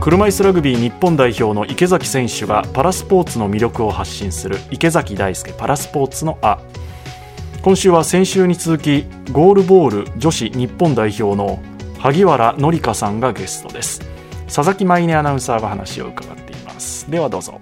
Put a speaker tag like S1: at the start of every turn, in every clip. S1: 車いすラグビー日本代表の池崎選手がパラスポーツの魅力を発信する池崎大輔パラスポーツのあ今週は先週に続きゴールボール女子日本代表の萩原紀香さんがゲストです佐々木舞音アナウンサーが話を伺っていますではどうぞ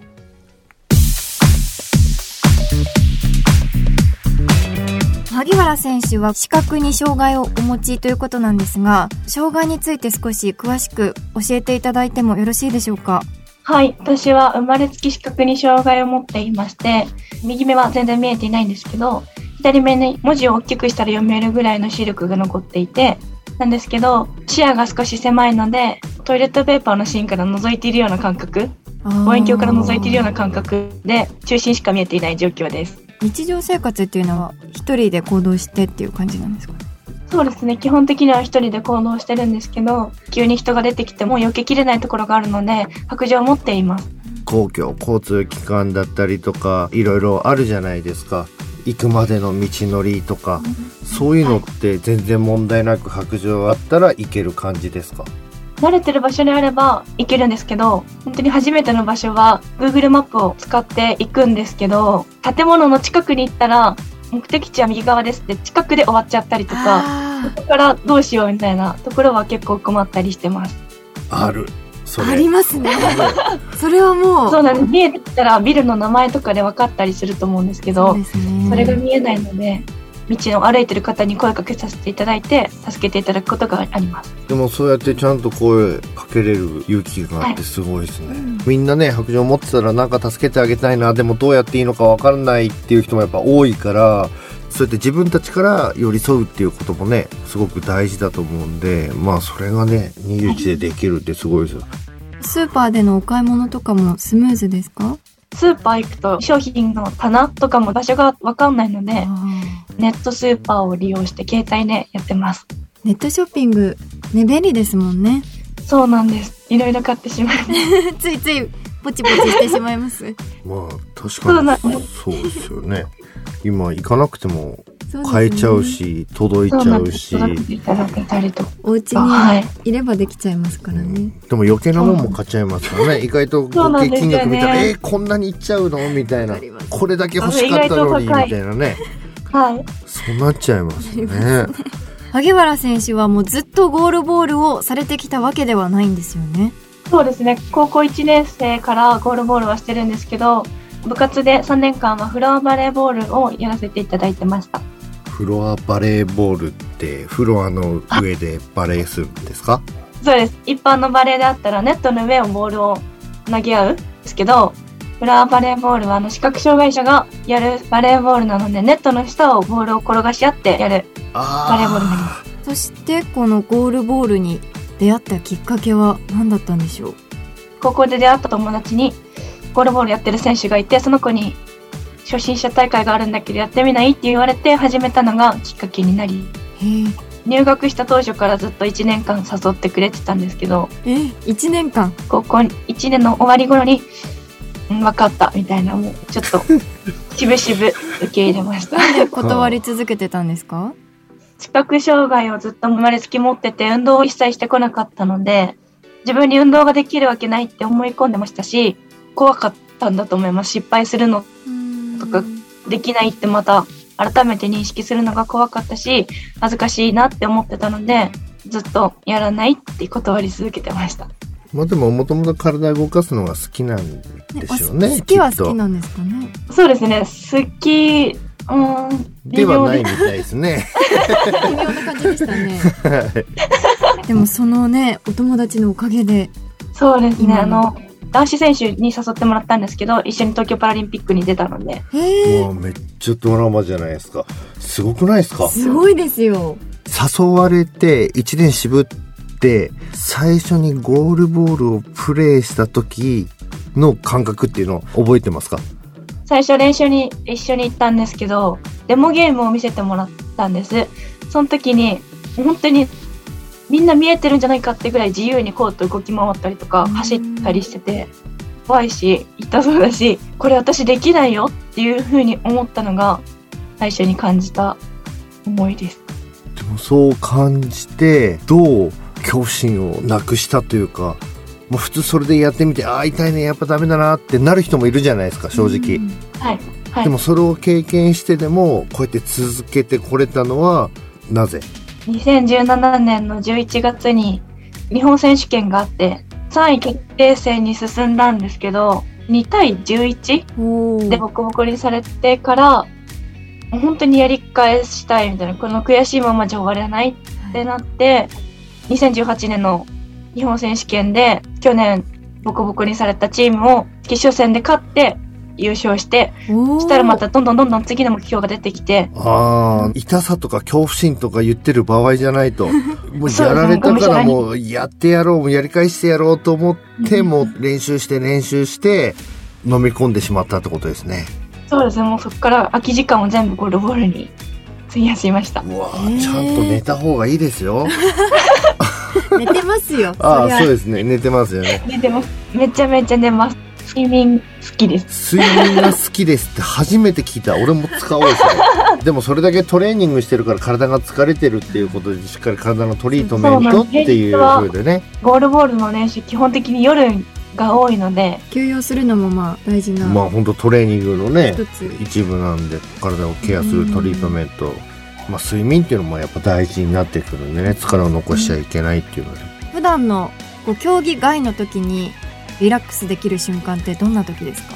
S2: 萩原選手は視覚に障害をお持ちということなんですが、障害について少し詳しく教えていただいてもよろしいでしょうか。
S3: はい、私は生まれつき視覚に障害を持っていまして、右目は全然見えていないんですけど、左目に文字を大きくしたら読めるぐらいの視力が残っていて、なんですけど、視野が少し狭いので、トイレットペーパーの芯から覗いているような感覚、望遠鏡から覗いているような感覚で、中心しか見えていない状況です。
S2: 日常生活っていうのは一人で行動してっていう感じなんですか、ね、
S3: そうですね基本的には一人で行動してるんですけど急に人が出てきても避けきれないところがあるので白状を持っています
S4: 公共交通機関だったりとかいろいろあるじゃないですか行くまでの道のりとか、うん、そういうのって全然問題なく白状あったら行ける感じですか
S3: 慣れてる場所であれば行けるんですけど本当に初めての場所は Google マップを使って行くんですけど建物の近くに行ったら目的地は右側ですって近くで終わっちゃったりとかそこからどうしようみたいなところは結構困ったりしてます。
S4: ある
S2: ありま すねそれはも、
S3: うそうなんです見えてきたらビルの名前とかで分かったりすると思うんですけど、ね、それが見えないので道を歩いてる方に声かけさせていただいて助けていただくことがあります
S4: でもそうやってちゃんと声かけれる勇気があってすごいですね、はいうん、みんなね白状持ってたらなんか助けてあげたいなでもどうやっていいのか分からないっていう人もやっぱ多いからそうやって自分たちから寄り添うっていうこともねすごく大事だと思うんでまあそれがね21でできるってすごいですよ、はい
S2: スーパーでのお買い物とかもスムーズですか
S3: スーパー行くと商品の棚とかも場所が分かんないのでネットスーパーを利用して携帯でやってます
S2: ネットショッピングね便利ですもんね
S3: そうなんですいろいろ買ってしまい
S2: ついついポチポチしてしまいます
S4: まあ確かにそうですよね今行かなくても買えちゃうし、ね、届いちゃうし
S2: お家にいればできちゃいますからね、はいうん、
S4: でも余計なもんも買っちゃいますからね意外と合計金額見たら、ね、えー、こんなにいっちゃうのみたいなこれだけ欲しかったのにみたいなね
S3: はい。
S4: そうなっちゃいますね。すね
S2: 萩原選手はもうずっとゴールボールをされてきたわけではないんですよね。
S3: そうですね。高校1年生からゴールボールはしてるんですけど、部活で3年間はフロアバレーボールをやらせていただいてました。
S4: フロアバレーボールってフロアの上でバレーするんですか？
S3: そうです。一般のバレーであったらネットの上をボールを投げ合うんですけど、フラーバレーボールはあの視覚障害者がやるバレーボールなのでネットの下をボールを転がし合ってやるバレーボールになります
S2: そしてこのゴールボールに出会ったきっかけは何だったんでしょう
S3: 高校で出会った友達にゴールボールやってる選手がいてその子に初心者大会があるんだけどやってみないって言われて始めたのがきっかけになり入学した当初からずっと1年間誘ってくれてたんですけど
S2: え1年間
S3: 高校1年の終わり頃に分かったみたいなもうちょっとしぶしぶ受け入れました
S2: 断り続けてたんですか
S3: 視覚障害をずっと生まれつき持ってて運動を一切してこなかったので自分に運動ができるわけないって思い込んでましたし怖かったんだと思います失敗するのとかできないってまた改めて認識するのが怖かったし恥ずかしいなって思ってたのでずっとやらないって断り続けてました。
S4: まあでももともと体動かすのが好きなんですよね。ね
S2: 好きは好きなんですかね。
S3: そうですね。好き、うん。
S4: ではないみたいですね。
S2: 微妙な感じでしたね。はい、 でもそのね、お友達のおかげで。
S3: そうですね。あの、男子選手に誘ってもらったんですけど、一緒に東京パラリンピックに出たので。
S4: うわ、めっちゃドラマじゃないですか。すごくないですか
S2: すごいですよ。
S4: 誘われて、一年渋って、っ最初にゴールボールをプレーした時の感覚っていうのを覚えてますか
S3: 最初練習に一緒に行ったんですけどデモゲームを見せてもらったんですその時に本当にみんな見えてるんじゃないかってぐらい自由にコート動き回ったりとか走ったりしてて怖いし痛そうだしこれ私できないよっていう風に思ったのが最初に感じた思いです
S4: でもそう感じてどう恐怖心をなくしたというかもう普通それでやってみてああ痛いねやっぱダメだなってなる人もいるじゃないですか正直、
S2: うん
S3: はい。はい。
S4: でもそれを経験してでもこうやって続けてこれたのはなぜ
S3: 2017年の11月に日本選手権があって3位決定戦に進んだんですけど2対11
S2: おー
S3: でボコボコにされてから本当にやり返したいみたいなこの悔しいままじゃ終われないってなって2018年の日本選手権で去年ボコボコにされたチームを決勝戦で勝って優勝して
S2: おー
S3: したらまたどんどんどんどん次の目標が出てきて
S4: ああ痛さとか恐怖心とか言ってる場合じゃない ともうやられたからもうやってやろうもうやり返してやろうと思ってもう練習して練習して飲み込んでしまったってことですね
S3: そうですねもうそこから空き時間を全部ゴールボールに 費やしました
S4: うわ
S2: へ
S4: ー
S2: ー
S4: ちゃんと寝た方がいいです よ
S2: 寝てますよ
S4: あ
S2: り
S4: あ
S2: ゃ
S4: そうですね寝てますよね
S3: 寝てますめちゃめちゃ寝ます睡眠好きです
S4: 睡眠が好きですって初めて聞いた俺も使おうです ねでもそれだけトレーニングしてるから体が疲れてるっていうことでしっかり体のトリートメントっていう風でね
S3: ゴールボールの練習基本的に夜が多いので
S2: 休養するのもまあ大事な
S4: まあ本当トレーニングのね
S2: 一つ
S4: 一部なんで体をケアするトリートメント、まあ、睡眠っていうのもやっぱ大事になってくるんでね疲れを残しちゃいけないっていうので、
S2: 普段のこう競技外の時にリラックスできる瞬間ってどんな時ですか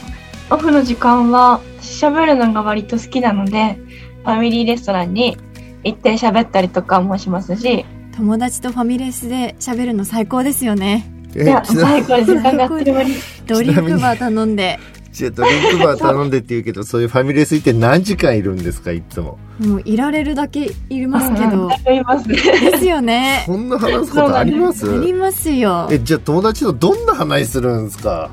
S3: オフの時間は喋るのが割と好きなのでファミリーレストランに行って喋ったりとかもしますし
S2: 友達とファミレスで喋るの最高ですよね
S3: いや
S4: えちな
S3: 最高で時間があっという間に
S2: ドリンクバー頼んで
S4: ちょっとドリンクバー頼んでって言うけどそういうファミレス行って何時間いるんですかいつも
S2: もういられるだけいますけ
S3: うんう
S2: ど
S3: んありますね
S2: ですよね
S4: そんな話すことあります
S2: ありますよ
S4: えじゃあ友達とどんな話するんですか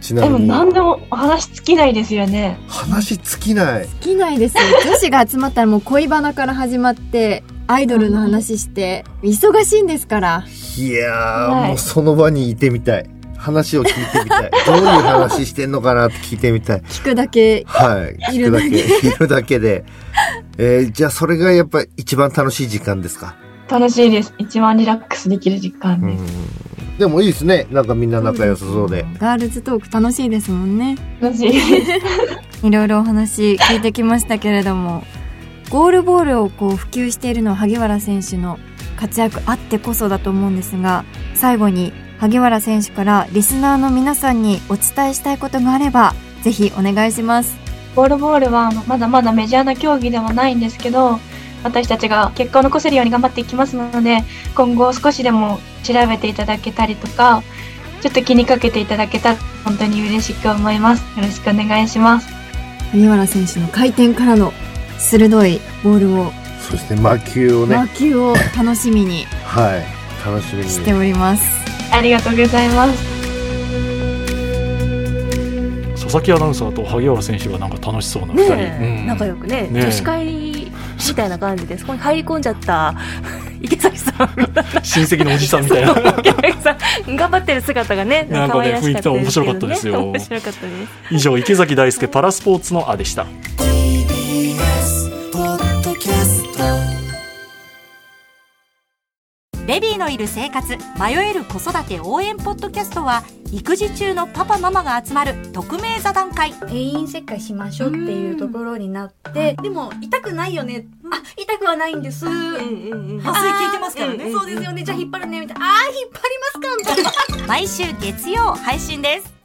S4: ちな
S3: でも
S4: みに
S3: 何でもお話尽きないですよね
S4: 話尽きない
S2: できないですよ女子が集まったらもう恋バナから始まってアイドルの話して忙しいんですから
S4: いやー、
S3: はい
S4: もうその場にいてみたい話を聞いてみたいどういう話してんのかなって聞いてみたい
S2: 聞くだけ
S4: はい。
S2: い
S4: 聞く
S2: る
S4: だ
S2: だ
S4: け
S2: け、
S4: いるだけで。えーじゃあそれがやっぱ一番楽しい時間ですか。
S3: 楽しいです一番リラックスできる時間です、
S4: ん。でもいいですね。なんかみんな仲良さそうで。
S2: ガールズトーク楽しいですもんね
S3: 楽しいです
S2: いろいろお話聞いてきましたけれどもゴールボールをこう普及しているのは萩原選手の活躍あってこそだと思うんですが最後に萩原選手からリスナーの皆さんにお伝えしたいことがあればぜひお願いします。
S3: ゴールボールはまだまだメジャーな競技ではないんですけど私たちが結果を残せるように頑張っていきますので今後少しでも調べていただけたりとかちょっと気にかけていただけたら本当に嬉しく思いますよろしくお願いします
S2: 萩原選手の回転からの鋭いボールを、
S4: そして魔球をね
S2: 魔。球を楽しみに
S4: はい。楽しみに。
S2: しております。
S3: ありがとうございます
S1: 佐々木アナウンサーと萩原選手がなんか楽しそうな2
S5: ね
S1: 人、
S5: え、
S1: うん
S5: 仲良くね
S1: ねえ
S5: 女子会みたいな感じでそこに入り込んじゃった 池崎さんみたいな
S1: 親戚のおじさんみたい
S5: そう
S1: な
S5: 池崎さん頑張ってる姿がね
S1: なんか
S5: 可
S1: ね
S5: 愛らしかったですけど
S1: 雰囲気と面白かったですよ
S5: 面白かったです
S1: 以上池崎大輔パラスポーツのあでした
S6: TBS ポッドキャスト
S7: ベビーのいる生活迷える子育て応援ポッドキャストは育児中のパパママが集まる匿名座談会
S8: 定員切開しましょうっていうところになって、でも痛くないよね、あ痛くはないんです、麻酔効いてますからね、そうですよねじゃあ引っ張るねみたいなあー引っ張りますかみたいな
S7: 毎週月曜配信です